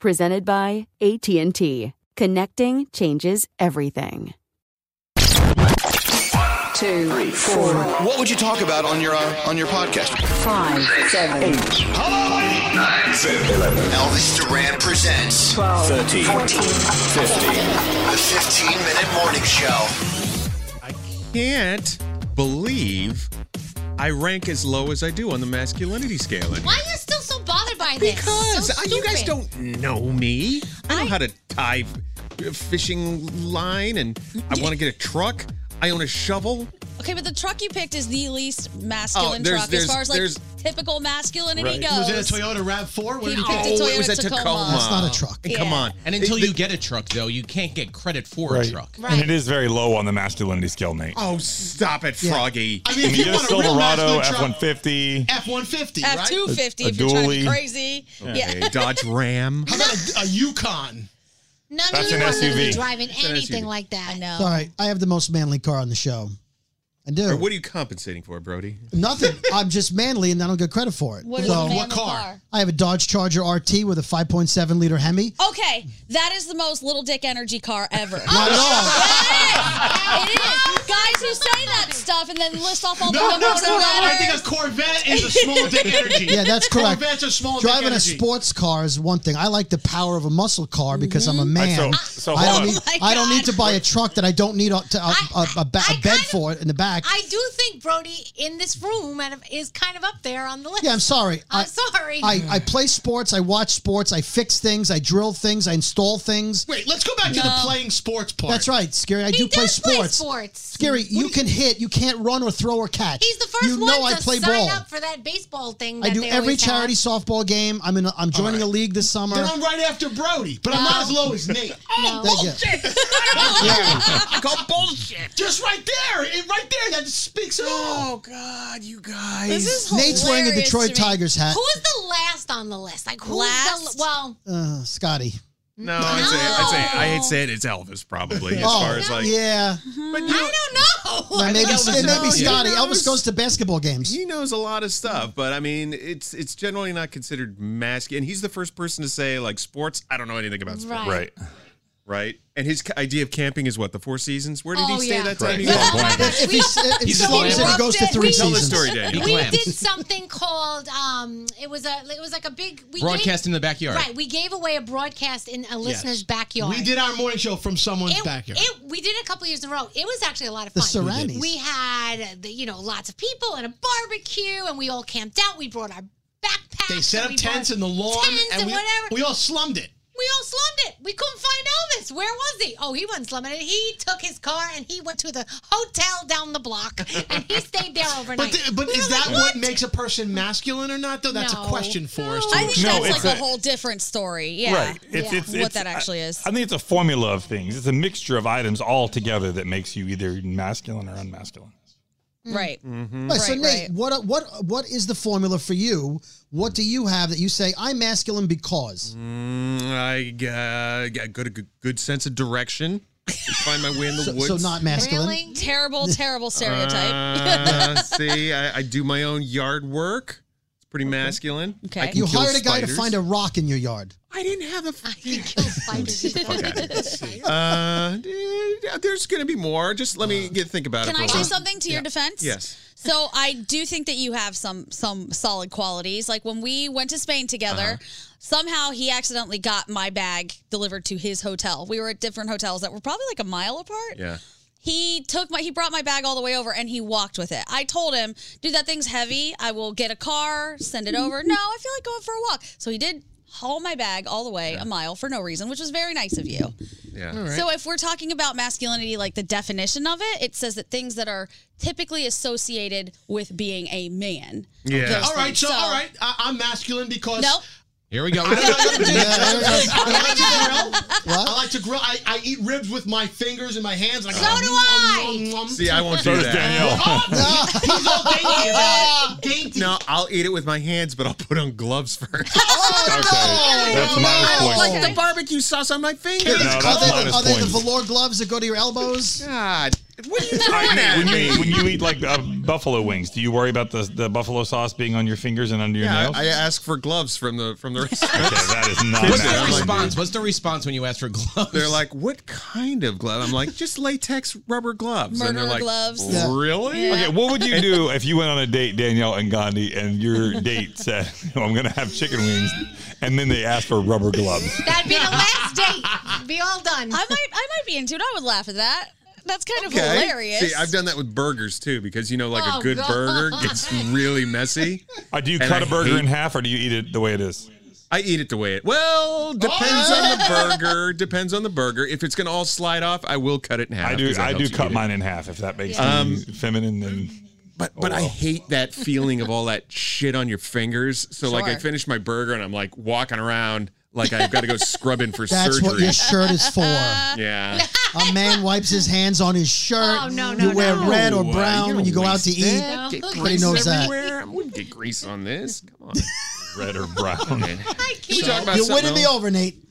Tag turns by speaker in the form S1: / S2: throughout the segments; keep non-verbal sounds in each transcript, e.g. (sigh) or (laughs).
S1: Presented by AT&T. Connecting changes everything.
S2: two, three, four,
S3: What would you talk about on your uh, on your podcast?
S2: five, seven, eight,
S3: Elvis Duran presents
S2: twelve, fourteen,
S3: the 15 minute morning show.
S4: I can't believe I rank as low as I do on the masculinity scale. And
S5: Why are you still so bothered by this?
S4: because
S5: So
S6: uh,
S4: I- you guys
S5: stupid.
S4: don't know me. I know how to tie a fishing line, and I want to get a truck. I own a shovel.
S5: Okay, but the truck you picked is the least
S4: Oh,
S5: masculine
S4: there's-
S5: truck
S4: there's-
S5: as far as
S4: there's-
S5: like typical masculinity
S4: Right.
S5: goes.
S6: Was it a Toyota Rav4? What
S5: He
S6: did you
S5: picked a
S6: think?
S4: Oh,
S5: Toyota
S4: it was a
S5: Tacoma.
S4: Tacoma.
S6: That's not a truck.
S4: Come on.
S7: And until you get a truck, though, you can't get credit for a truck.
S5: Right.
S7: it is very low on the masculinity scale, Nate.
S4: Oh, stop it, Froggy.
S6: I mean, if you want a real masculine truck,
S7: fifty.
S6: F-150,
S5: F
S6: right?
S5: two fifty
S7: A
S5: if you're trying to be
S7: dually.
S5: crazy. Yeah.
S4: Hey, (laughs) Dodge Ram.
S6: How about a, a
S5: (laughs)
S6: Yukon?
S5: None
S7: That's
S5: of you
S7: an
S5: are gonna be
S7: SUV.
S5: driving
S4: an
S5: anything
S4: SUV.
S5: like that. I know.
S6: Sorry, I have the most manly car on the show. I do.
S4: Or what are you compensating for, Brody?
S6: Nothing. (laughs) I'm just manly and I don't get credit for it.
S5: What is
S6: So-
S5: a man in a car?
S6: I have a Dodge Charger RT with a 5.7 liter Hemi.
S5: Okay, that is the most little dick energy car ever.
S6: Not at all.
S5: It is. It is. Guys who say that stuff and then list off all the numbers and
S6: I
S5: letters.
S6: think
S7: a Corvette is a small
S5: (laughs)
S7: dick energy.
S6: Yeah, that's correct.
S7: Corvettes are small dick
S6: Driving a
S7: energy.
S6: sports car is one thing. I like the power of a muscle car because I'm a man.
S7: Mm-hmm. All right, so- so
S6: I
S7: hold
S6: don't
S7: on.
S6: need.
S5: Oh my
S6: I don't need
S5: God.
S6: to buy a truck that I don't need a, to, a,
S8: I-
S6: a- a ba-
S8: I
S6: a bed
S8: kind of-
S6: for it in the back.
S8: I do think Brody in this room and is kind of up there on the list.
S6: yeah, I'm sorry.
S8: I'm
S6: I-
S8: sorry.
S6: I, I play sports. I watch sports. I fix things. I drill things. I install things.
S7: Wait, let's go back to the playing sports part.
S6: That's right, Scary. I
S8: he
S6: do play
S8: does play
S6: sports.
S8: sports.
S6: Scary, you can hit. You can't run or throw or catch.
S8: He's the first
S6: you
S8: one
S6: know
S8: to
S6: I play
S8: sign
S6: ball.
S8: up for that baseball thing.
S6: I
S8: that
S6: do
S8: they
S6: every
S8: always have.
S6: charity softball game. I'm in. A, I'm joining a league this summer.
S7: Then I'm right after Brody, but I'm not as low as
S5: (laughs)
S7: Nate.
S6: (laughs)
S5: Oh,
S9: Oh,
S6: Thank you.
S7: (laughs)
S4: Go bullshit.
S7: Just right there, it, right there, that speaks it all.
S4: Oh, God, you guys.
S5: This is
S6: Nate's wearing a
S5: hilarious to
S6: Detroit
S5: me.
S6: Tigers hat.
S8: Who is the last on the list? Like who's
S5: Last?
S8: the well?
S6: Uh, Scotty.
S4: No, I'd say I'd say I'd say it's Elvis probably as
S6: Oh,
S4: far as like
S6: yeah.
S5: Hmm.
S4: I
S6: don't know.
S4: I
S6: maybe
S4: think Elvis
S6: it may be
S4: knows.
S6: Scotty.
S4: He knows.
S6: Elvis goes to basketball games.
S4: He knows a lot of
S9: Hmm.
S4: stuff, but I mean, it's it's generally not considered masculine. And he's the first person to say like sports. I don't know anything about sports.
S9: Right.
S4: Right. And his ca- idea of camping is what the Four Seasons. Where did
S9: Oh,
S4: he stay
S9: yeah.
S4: that
S9: Right.
S4: time?
S9: He's (laughs) all blankets. If- if he s- if he He's all slumps it, it blankets. goes to three
S4: Tell the
S9: seasons.
S4: story, Daniel.
S9: He
S8: we
S9: clams.
S8: did something called um, it was a it was like a big we
S7: Broadcast
S8: gave-
S7: in the backyard.
S8: Right, we gave away a broadcast in a listener's backyard.
S9: We did our morning show from someone's
S8: it,
S9: backyard.
S8: It, we did it a couple years in a row. It was actually a lot of
S9: The
S8: fun.
S9: Serranis.
S8: We had the, you know lots of people and a barbecue, and we all camped out. We brought our
S9: they set up
S8: we
S9: tents
S8: bought
S9: in the lawn,
S8: tents
S9: and,
S8: and
S9: we,
S8: whatever.
S9: we all slummed it.
S8: we all slummed it. We couldn't find Elvis. Where was he? Oh, he wasn't slumming it. He took his car and he went to the hotel down the block and he stayed there overnight.
S9: But, th- but
S8: We
S9: is
S8: were like,
S9: that what? makes a person masculine or not? Though that's
S8: No.
S9: a question for us.
S5: I think
S9: no,
S5: that's like a, whole different story. Yeah.
S10: Right. It's,
S5: Yeah.
S10: it's,
S5: what
S10: it's-
S5: that actually is.
S10: I think it's a formula of things. It's a mixture of items all together that makes you either masculine or unmasculine.
S5: Mm-hmm. Right.
S6: Right, so Nate, what what what is the formula for you? What do you have that you say I'm masculine because?
S4: Mm, I uh, got good a good, good sense of direction. Find my way in the
S6: So-
S4: woods.
S6: so not masculine?
S5: Really? Terrible, terrible
S9: (laughs)
S5: stereotype.
S4: Uh, see, I, I do my own yard work. It's pretty masculine.
S5: Okay.
S4: I can
S6: You
S4: kill
S6: hired a guy to
S4: spiders.
S6: find a rock in your yard.
S4: I didn't have a. I
S8: can kill
S4: (laughs)
S8: spiders.
S4: Uh, eh, there's going to be more. Just let me get think about
S5: (laughs) Can
S4: it.
S5: I
S4: for a
S5: say
S4: while.
S5: something to your
S4: Yeah.
S5: defense?
S4: Yes.
S5: So I do think that you have some some solid qualities. Like when we went to Spain together, somehow he accidentally got my bag delivered to his hotel. We were at different hotels that were probably like a mile apart.
S4: Yeah.
S5: He took my he brought my bag all the way over and he walked with it. I told him, dude, that thing's heavy. I will get a car, send it over. No, I feel like going for a walk. So he did haul my bag all the way a mile for no reason, which was very nice of you.
S4: Yeah.
S5: So if we're talking about masculinity, like the definition of it, it says that things that are typically associated with being a man.
S9: Yeah.
S5: Those
S9: All right.
S5: things.
S9: So, all right. I, I'm masculine
S5: (laughs)
S9: because.
S5: Nope.
S7: Here
S9: (laughs)
S7: we go.
S9: I, don't know how to do
S7: Yeah,
S9: that.
S7: there we go. (laughs)
S9: I like to grill. I like to grill. I, I eat ribs with my fingers and my hands. Like, so do I.
S4: See, I won't do that. (laughs)
S9: He's all dainty about it. Dainty.
S4: No, I'll eat it with my hands, but I'll put on gloves first.
S5: Oh,
S6: Okay,
S4: that's
S6: no.
S4: minus
S6: I don't
S4: points.
S6: like the
S4: barbecue sauce on my
S6: Are
S4: fingers.
S6: they, the,
S10: minus
S6: are they the
S10: points.
S6: velour gloves that go to your elbows?
S4: God, what are you
S10: I mean, when, you eat, when you eat like uh, buffalo wings, do you worry about the, the buffalo sauce being on your fingers and under your
S4: Yeah,
S10: nails?
S4: I, I ask for gloves from the from the restaurant.
S10: that is not
S7: What's the
S10: masculine.
S7: response? What's the response when you ask for gloves?
S4: They're like, what kind of glove? I'm like, just latex rubber gloves. and they're
S5: Murderer
S4: like,
S5: gloves.
S4: Really?
S5: Yeah.
S10: Okay, what would you do if you went on a date, Danielle and Gandhi, and your date said, "Oh, I'm going to have chicken wings, and then they asked for rubber gloves?
S8: That'd be the last date. Be all done.
S5: I might I might be into it. I would laugh at that. That's kind of
S4: Okay.
S5: hilarious.
S4: See, I've done that with burgers too, because you know, like
S5: Oh,
S4: a good
S5: God.
S4: burger gets really messy.
S10: Uh, do you
S4: And
S10: cut
S4: I
S10: a burger
S4: hate-
S10: in half, or do you eat it the way it is?
S4: I eat it the way it. Well, depends
S5: Oh.
S4: on the burger. Depends on the burger. If it's gonna all slide off, I will cut it in half.
S10: I do.
S4: 'cause that
S10: I do
S4: helps you eat
S10: cut
S4: it.
S10: mine in half if that makes
S4: Yeah. Um,
S10: me feminine. Then
S4: But but I hate that feeling of all that shit on your fingers. So like I
S6: Sure.
S4: finish my burger and I'm like walking around like I've got to go scrubbing for
S6: That's
S4: surgery.
S6: what your shirt is
S4: (laughs)
S6: for. A
S5: (laughs)
S4: yeah.
S6: man wipes his hands on his shirt.
S8: Oh, no,
S6: you
S8: no,
S6: wear
S8: no.
S6: red or
S4: No,
S6: brown
S4: you
S6: when you
S4: don't
S6: go out to
S4: waste
S6: eat.
S4: that. Get
S6: Everybody
S4: grease
S6: knows that.
S4: everywhere. I wouldn't get grease on this.
S6: (laughs)
S4: Come on.
S10: Red or brown.
S4: We talking about
S6: You're
S4: something
S6: winning me
S4: else?
S6: over, Nate.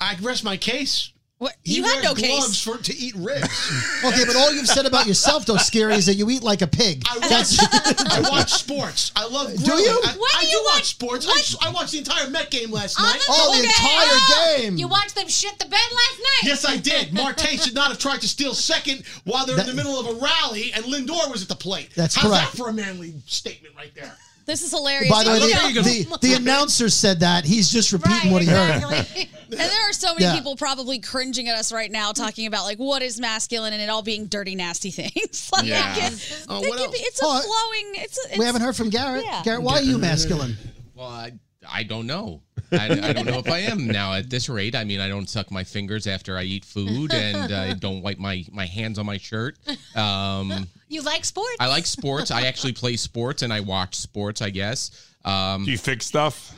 S9: I rest my case.
S5: What?
S9: He
S6: You had
S9: wears
S6: no case.
S9: gloves for to eat ribs.
S6: (laughs) Okay, but all you've said about yourself, though, Scary, is that you eat like a pig.
S9: I
S6: That's (laughs)
S9: watch, (laughs) I watch sports. I love.
S6: Do
S9: grilling.
S6: you?
S9: I,
S6: What
S9: I
S6: do
S9: do
S6: you
S9: watch, sports. I, s- I watched the entire Met game last
S8: On
S9: night.
S6: Oh, the entire game.
S8: You watched them shit the bed last night.
S9: Yes, I did. Marte should not have tried to steal second while they're in the middle of a rally, and Lindor was at the plate.
S6: That's
S9: How's
S6: correct.
S9: that for a manly statement right there?
S5: this is hilarious.
S6: By the way,
S5: You
S6: the,
S5: know-
S6: the,
S5: (laughs)
S6: the announcer said that. He's just repeating what he heard.
S5: and there are so many
S6: Yeah.
S5: people probably cringing at us right now talking about like what is masculine and it all being dirty, nasty things. (laughs) like
S6: Yeah.
S5: it,
S6: Oh,
S5: it
S6: what
S5: can be-
S6: else?
S5: it's a
S6: Oh,
S5: flowing. It's, a, it's
S6: We haven't heard from Garrett.
S5: Yeah.
S6: Garrett, why are you masculine?
S7: Well, I, I don't know. I, I don't know if I am now at this rate. I mean, I don't suck my fingers after I eat food, and
S5: (laughs)
S7: I don't wipe my, my hands on my shirt. Um,
S8: (laughs) You like sports?
S7: I like sports. I actually play sports and I watch sports. I guess. Um, Do
S10: you fix stuff?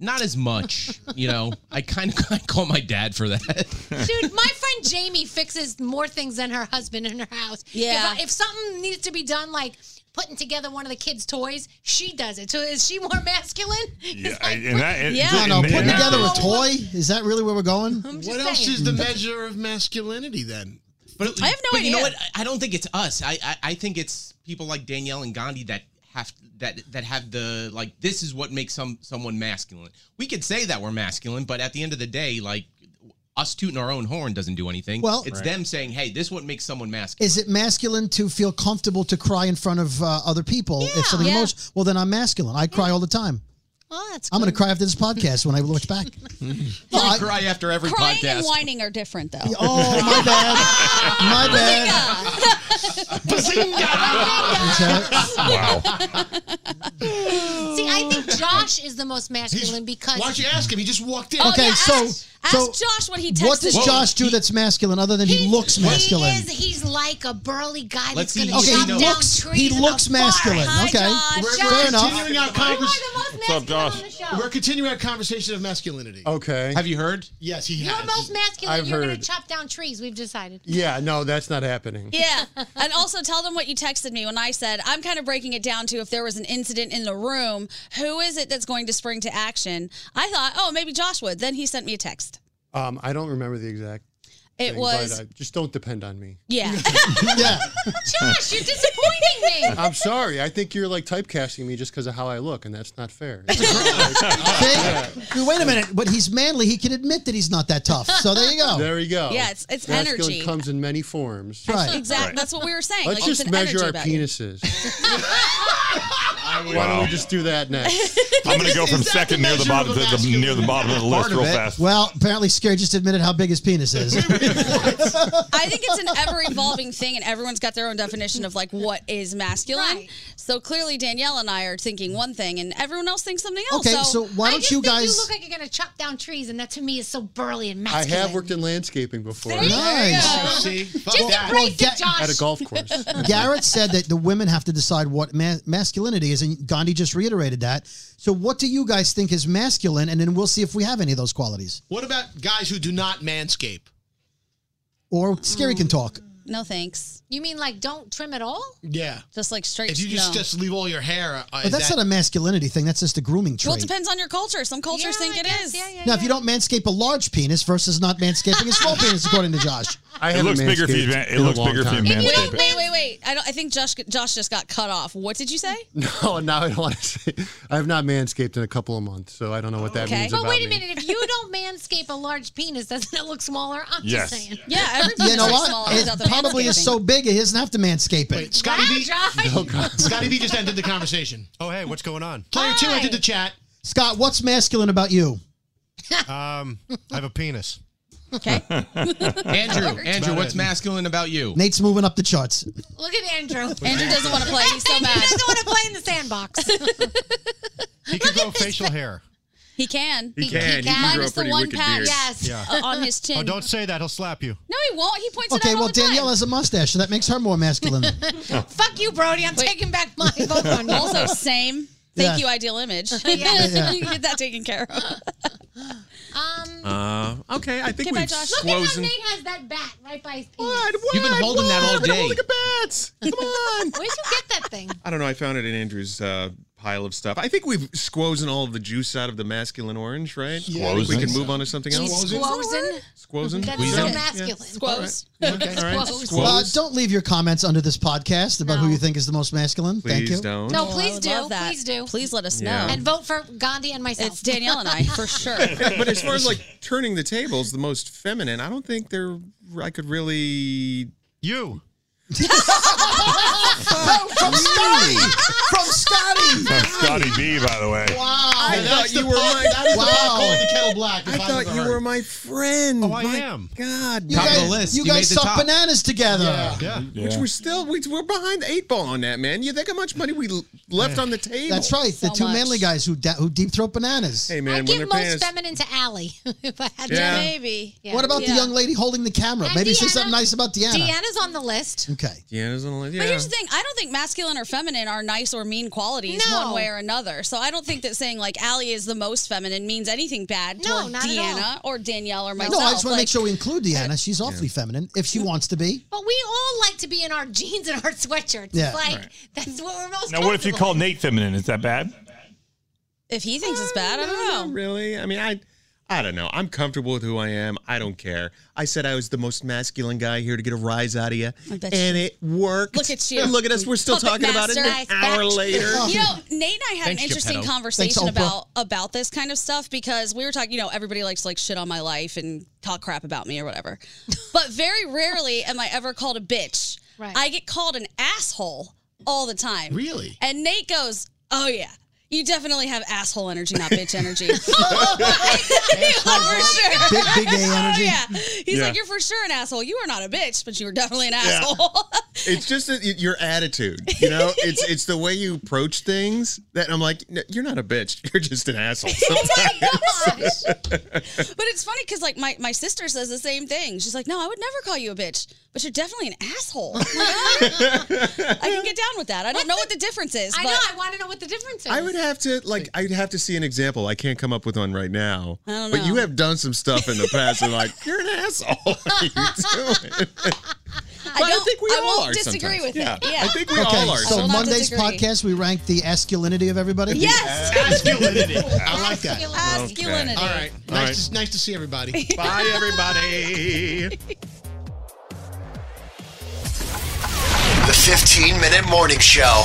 S7: Not as much, you know. I kind of (laughs) I call my dad for that. (laughs)
S8: Dude, my friend Jamie fixes more things than her husband in her house.
S5: Yeah.
S8: If, if something needs to be done, like putting together one of the kids' toys. She does it. So is she more (laughs) masculine?
S10: Yeah, and that, and-
S6: I don't
S10: and-
S6: know. Putting
S10: and-
S6: together a toy is that really where we're going? Hmm.
S9: What else is the measure of masculinity
S6: (laughs)
S9: then?
S7: But
S9: I have no
S7: but You know
S9: idea.
S7: what? I- I don't think it's us. I, I I think it's people like Danielle and Gandhi that have that that have the like. This is what makes some someone masculine. We could say that we're masculine, but at the end of the day, like us tooting our own horn doesn't do anything.
S6: Well-
S7: it's
S6: Right.
S7: them saying, "Hey, this is what makes someone masculine."
S6: Is it masculine to feel comfortable to cry in front of uh, other people if something
S7: Yeah.
S6: emotional? Well, then I'm masculine. I cry all the time.
S8: Well, that's
S6: I'm going to cry after this podcast when I look back.
S9: Hmm.
S7: I cry after every
S5: Crying and
S7: podcast.
S6: (laughs)
S5: whining are different, though.
S6: Oh, my bad. My bad.
S5: (laughs)
S10: Wow.
S8: See, I think Josh is the most masculine because. Oh,
S9: Why don't you ask him? He just walked in.
S6: Okay, so so what does Josh do that's masculine other than he, looks masculine?
S8: He is, he's like a burly guy
S6: Let's
S8: that's
S6: see.
S8: going to
S6: Okay, he
S8: chop down
S6: looks-
S8: trees.
S6: he
S8: in a
S6: looks masculine.
S8: forest.
S6: Okay. Hi, Josh. Fair
S9: We're
S6: enough.
S9: continuing our conversation.
S10: What's up, Josh?
S9: We're continuing our conversation of masculinity.
S11: Okay.
S7: Have you heard?
S9: Yes, he
S8: You're
S9: has.
S8: most masculine.
S11: I've
S8: You're going
S11: heard.
S8: to chop down trees. We've decided.
S11: Yeah, no, that's not happening.
S5: Yeah. And also tell them what you texted me when I said, I'm kind of breaking it down to if there was an incident in the room, who is it that's going to spring to action? I thought, oh, maybe Josh would. Then he sent me a text.
S11: Um, I don't remember the exact.
S5: It
S11: thing,
S5: was-
S11: But, uh, just don't depend on me.
S5: Yeah.
S11: (laughs) yeah.
S8: Josh, you're disappointing me.
S11: I'm sorry. I think you're like typecasting me just because of how I look, and that's not
S5: (laughs)
S11: fair.
S6: Wait, Wait a minute, but he's manly. He can admit that he's not that tough. So there you go.
S11: There you go.
S5: Yeah, it's- it's
S11: Masculine
S5: energy.
S11: comes in many forms.
S5: Right. Exactly. That's what we were saying.
S11: Let's
S5: like, it's
S11: just
S5: an
S11: measure
S5: energy
S11: our
S5: about you.
S11: penises. Why don't we just do that next? (laughs)
S10: I'm gonna go from second near the bottom to the, near the bottom of the list
S6: Part of
S10: real
S6: it.
S10: fast.
S6: Well, apparently Scare just admitted how big his penis is.
S5: I think it's an ever evolving thing, and everyone's got their own definition of like what is masculine. So clearly, Danielle and I are thinking one thing, and everyone else thinks something else.
S6: Okay, so why
S5: I
S6: don't
S5: just
S6: you
S5: think
S6: guys-
S8: You look like you're going to chop down trees, and that to me is so burly and
S11: I
S8: masculine.
S11: have worked in landscaping before.
S8: There you Nice. go.
S11: See?
S8: Just embrace it, Josh.
S11: At a golf course.
S6: (laughs)
S8: (laughs)
S6: Garrett said that the women have to decide what ma- masculinity is, and Gandhi just reiterated that. So, what do you guys think is masculine? And then we'll see if we have any of those qualities.
S9: What about guys who do not manscape?
S6: Or
S7: Hmm.
S6: Scary can
S7: Uh,
S6: talk.
S5: No thanks.
S8: You mean like don't trim at all?
S9: Yeah.
S5: Just like straight.
S9: If you just just leave all your hair, uh,
S6: But that's
S9: that-
S5: (laughs)
S6: not a masculinity thing. That's just a grooming
S5: Well, it
S6: trait.
S5: depends on your culture. Some cultures think it is. Yeah,
S6: Now, if you don't manscape a large penis versus not manscaping a
S5: (laughs)
S6: small penis, according to Josh,
S11: I
S10: it looks bigger if you
S11: manscaped
S10: man- it
S11: in a
S10: looks
S11: long
S10: bigger if you
S11: time. If
S5: You
S10: manscape
S5: don't,
S10: it.
S5: wait, wait, wait. I don't. I think Josh Josh just got cut off. What did you say?
S11: (laughs) No, now I don't want to say. I have not manscaped in a couple of months, so I don't know what that
S5: Okay.
S11: means
S5: But
S11: about
S8: Wait a
S11: me.
S8: minute. If you don't manscape a large penis, doesn't it look smaller? I'm
S11: Yes.
S8: just saying.
S5: Yeah,
S6: you know what? It probably is so big it doesn't have to manscape it.
S9: Scotty B.
S6: (laughs) No, Oh, God.
S9: Scotty B. just ended the conversation. Oh hey, what's going on? Player two entered the chat.
S6: Scott, what's masculine about you?
S12: Um, I have a penis.
S5: Okay.
S7: (laughs) Andrew,
S5: (laughs)
S12: That's
S7: Andrew,
S12: about
S7: what's
S12: it.
S7: masculine about you?
S6: Nate's moving up the charts.
S8: (laughs) Look at Andrew.
S11: (laughs)
S5: Andrew doesn't want to play. He's
S8: (laughs)
S5: so mad.
S8: he doesn't want to play in the
S6: (laughs)
S8: sandbox.
S12: He can grow facial hair.
S5: He can.
S12: He can. He can grow
S5: Minus the
S12: pretty
S5: one
S12: wicked
S5: patch
S12: beard. Yes. Yeah.
S5: uh, on his chin.
S12: Oh, don't say that. He'll slap you.
S5: No, he won't. He points it
S6: Okay,
S5: out.
S6: well, Danielle has a mustache, so that makes her more
S5: (laughs)
S6: masculine.
S8: (laughs)
S4: Oh.
S8: Fuck you, Brody. I'm taking back my vote on you. (laughs)
S5: also, same. Thank
S6: Yeah.
S5: (laughs) you, ideal image.
S8: Yeah. Yeah.
S5: you get that taken care of.
S12: Uh, okay, I think
S5: Okay, bye,
S12: we've
S5: Josh.
S8: Look at how
S12: frozen.
S8: Nate has that bat right by his penis. What?
S12: You've been what? holding that all Look at all day. the
S8: bats. Come on. (laughs) Where'd you get that thing?
S4: I don't know. I found it in Andrew's uh, pile of stuff. I think we've squozen all of the juice out of the masculine orange, right?
S9: Yeah,
S4: I think we
S9: Squozen?
S4: can move on to something else.
S8: Squozen.
S4: Squozen.
S8: That's
S4: Weezing?
S8: so masculine. Squoze.
S4: Okay, all right.
S6: Uh,
S4: Squoze.
S6: don't leave your comments under this podcast about who you think is the most masculine. Thank
S4: Please
S6: you.
S4: don't.
S8: No,
S5: Oh, I
S8: please
S5: would
S8: do.
S5: love that.
S8: Please do.
S5: Please let us
S4: Yeah. know.
S8: And vote for Gandhi and myself.
S5: It's Danielle and
S8: (laughs)
S5: I, for
S4: (laughs)
S5: sure.
S4: but as far as like turning the tables, the most feminine, I don't think they're. I could really.
S12: You.
S6: from
S4: Uh,
S6: Scotty. From
S4: (laughs)
S6: Scotty.
S10: From Scotty B, by the way.
S6: Wow.
S4: I
S9: That's
S4: thought
S9: the
S4: you were
S9: pop-
S4: my.
S9: that is the
S4: Wow.
S9: pop calling the kettle black.
S4: I thought you were my friend. Oh, I am. God,
S6: You guys, You guys suck bananas together.
S4: Which we're still we, we're behind the eight ball on that, man. You think how much money we l- left on the table?
S6: That's right. The two manly guys who da- who deep throat bananas.
S4: Hey man,
S8: I'd give
S4: when their
S8: most
S4: pants.
S8: feminine to Allie (laughs) if I had
S4: Yeah.
S8: to.
S5: Maybe.
S6: What about the young lady holding the camera?
S8: And
S6: Maybe say
S8: Deanna-
S6: something nice about Deanna.
S8: Deanna's on the list.
S6: Okay.
S4: Yeah, there's only- yeah.
S5: But here's the thing: I don't think masculine or feminine are nice or mean qualities
S8: No.
S5: one way or another. So I don't think that saying like Allie is the most feminine means anything bad
S8: No,
S5: toward
S8: not at all.
S5: Deanna or Danielle or
S6: no,
S5: myself.
S6: I just want to
S5: Like,
S6: make sure we include Deanna. She's awfully feminine if she wants to be.
S8: But we all like to be in our (laughs) jeans and our sweatshirts.
S6: Yeah.
S8: It's like
S10: Right.
S8: that's what we're most.
S10: Now, what if you
S8: comfortable
S10: call
S8: in.
S10: Nate feminine? Is that bad?
S5: if he thinks it's bad, I don't know.
S4: Uh, Really? I mean, I I don't know. I'm comfortable with who I am. I don't care. I said I was the most masculine guy here to get a rise out of you,
S5: I
S4: and
S5: bet you-
S4: it worked.
S5: Look at you.
S4: And (laughs) look at us. We're still
S5: Puppet
S4: talking about it an
S5: master.
S4: hour later. (laughs)
S5: You know, Nate and I had
S4: Thanks,
S5: an interesting
S4: Geppetto.
S5: conversation
S4: Thanks, Oprah.
S5: about about this kind of stuff because we were talking, you know, everybody likes to like shit on my life and talk crap about me
S4: (laughs)
S5: or whatever. but very rarely am I ever called a bitch.
S8: Right.
S5: I get called an asshole all the time.
S9: Really?
S5: And Nate goes, "Oh yeah. You definitely have asshole energy,
S4: (laughs)
S5: not bitch energy." (laughs) for sure.
S6: Big, big A energy.
S5: Oh, yeah. He's
S4: Yeah.
S5: like, you're for sure an asshole. You are not a bitch, but you were definitely an asshole.
S4: (laughs) It's just that y- your attitude, you know. It's it's the way you approach things that I'm like, "No, you're not a bitch. (laughs) You're just an asshole.
S6: (laughs)
S5: But it's funny because like my, my sister says the same thing. She's like, no, I would never call you a bitch, but you're definitely an asshole. (laughs) Like, I I can get down with that. I don't know what the difference is.
S8: I
S5: but
S8: know. I want to know what the difference is.
S4: I would have to like I'd have to see an example. I can't come up with one right now.
S8: I don't
S4: But you
S8: know.
S4: have done some stuff in the past and like (laughs) oh, you're an asshole. What are
S8: (laughs)
S4: you doing?
S5: I don't think
S4: we
S5: I
S4: all
S5: won't
S4: are
S5: disagree
S4: sometimes.
S5: with it.
S4: Yeah.
S5: Yeah.
S4: I think we
S6: okay,
S4: all are
S6: So
S4: sometimes.
S6: Monday's
S5: I will not
S6: podcast, we ranked the masculinity of everybody.
S4: (laughs)
S5: Yes.
S9: Masculinity. I like that.
S5: Masculinity.
S9: All right.
S6: All
S9: nice,
S6: right.
S9: To, nice to see everybody.
S4: Bye, (laughs) everybody.
S3: The 15 Minute Morning Show.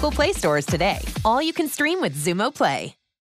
S13: Play stores today. All you can stream with Zumo Play.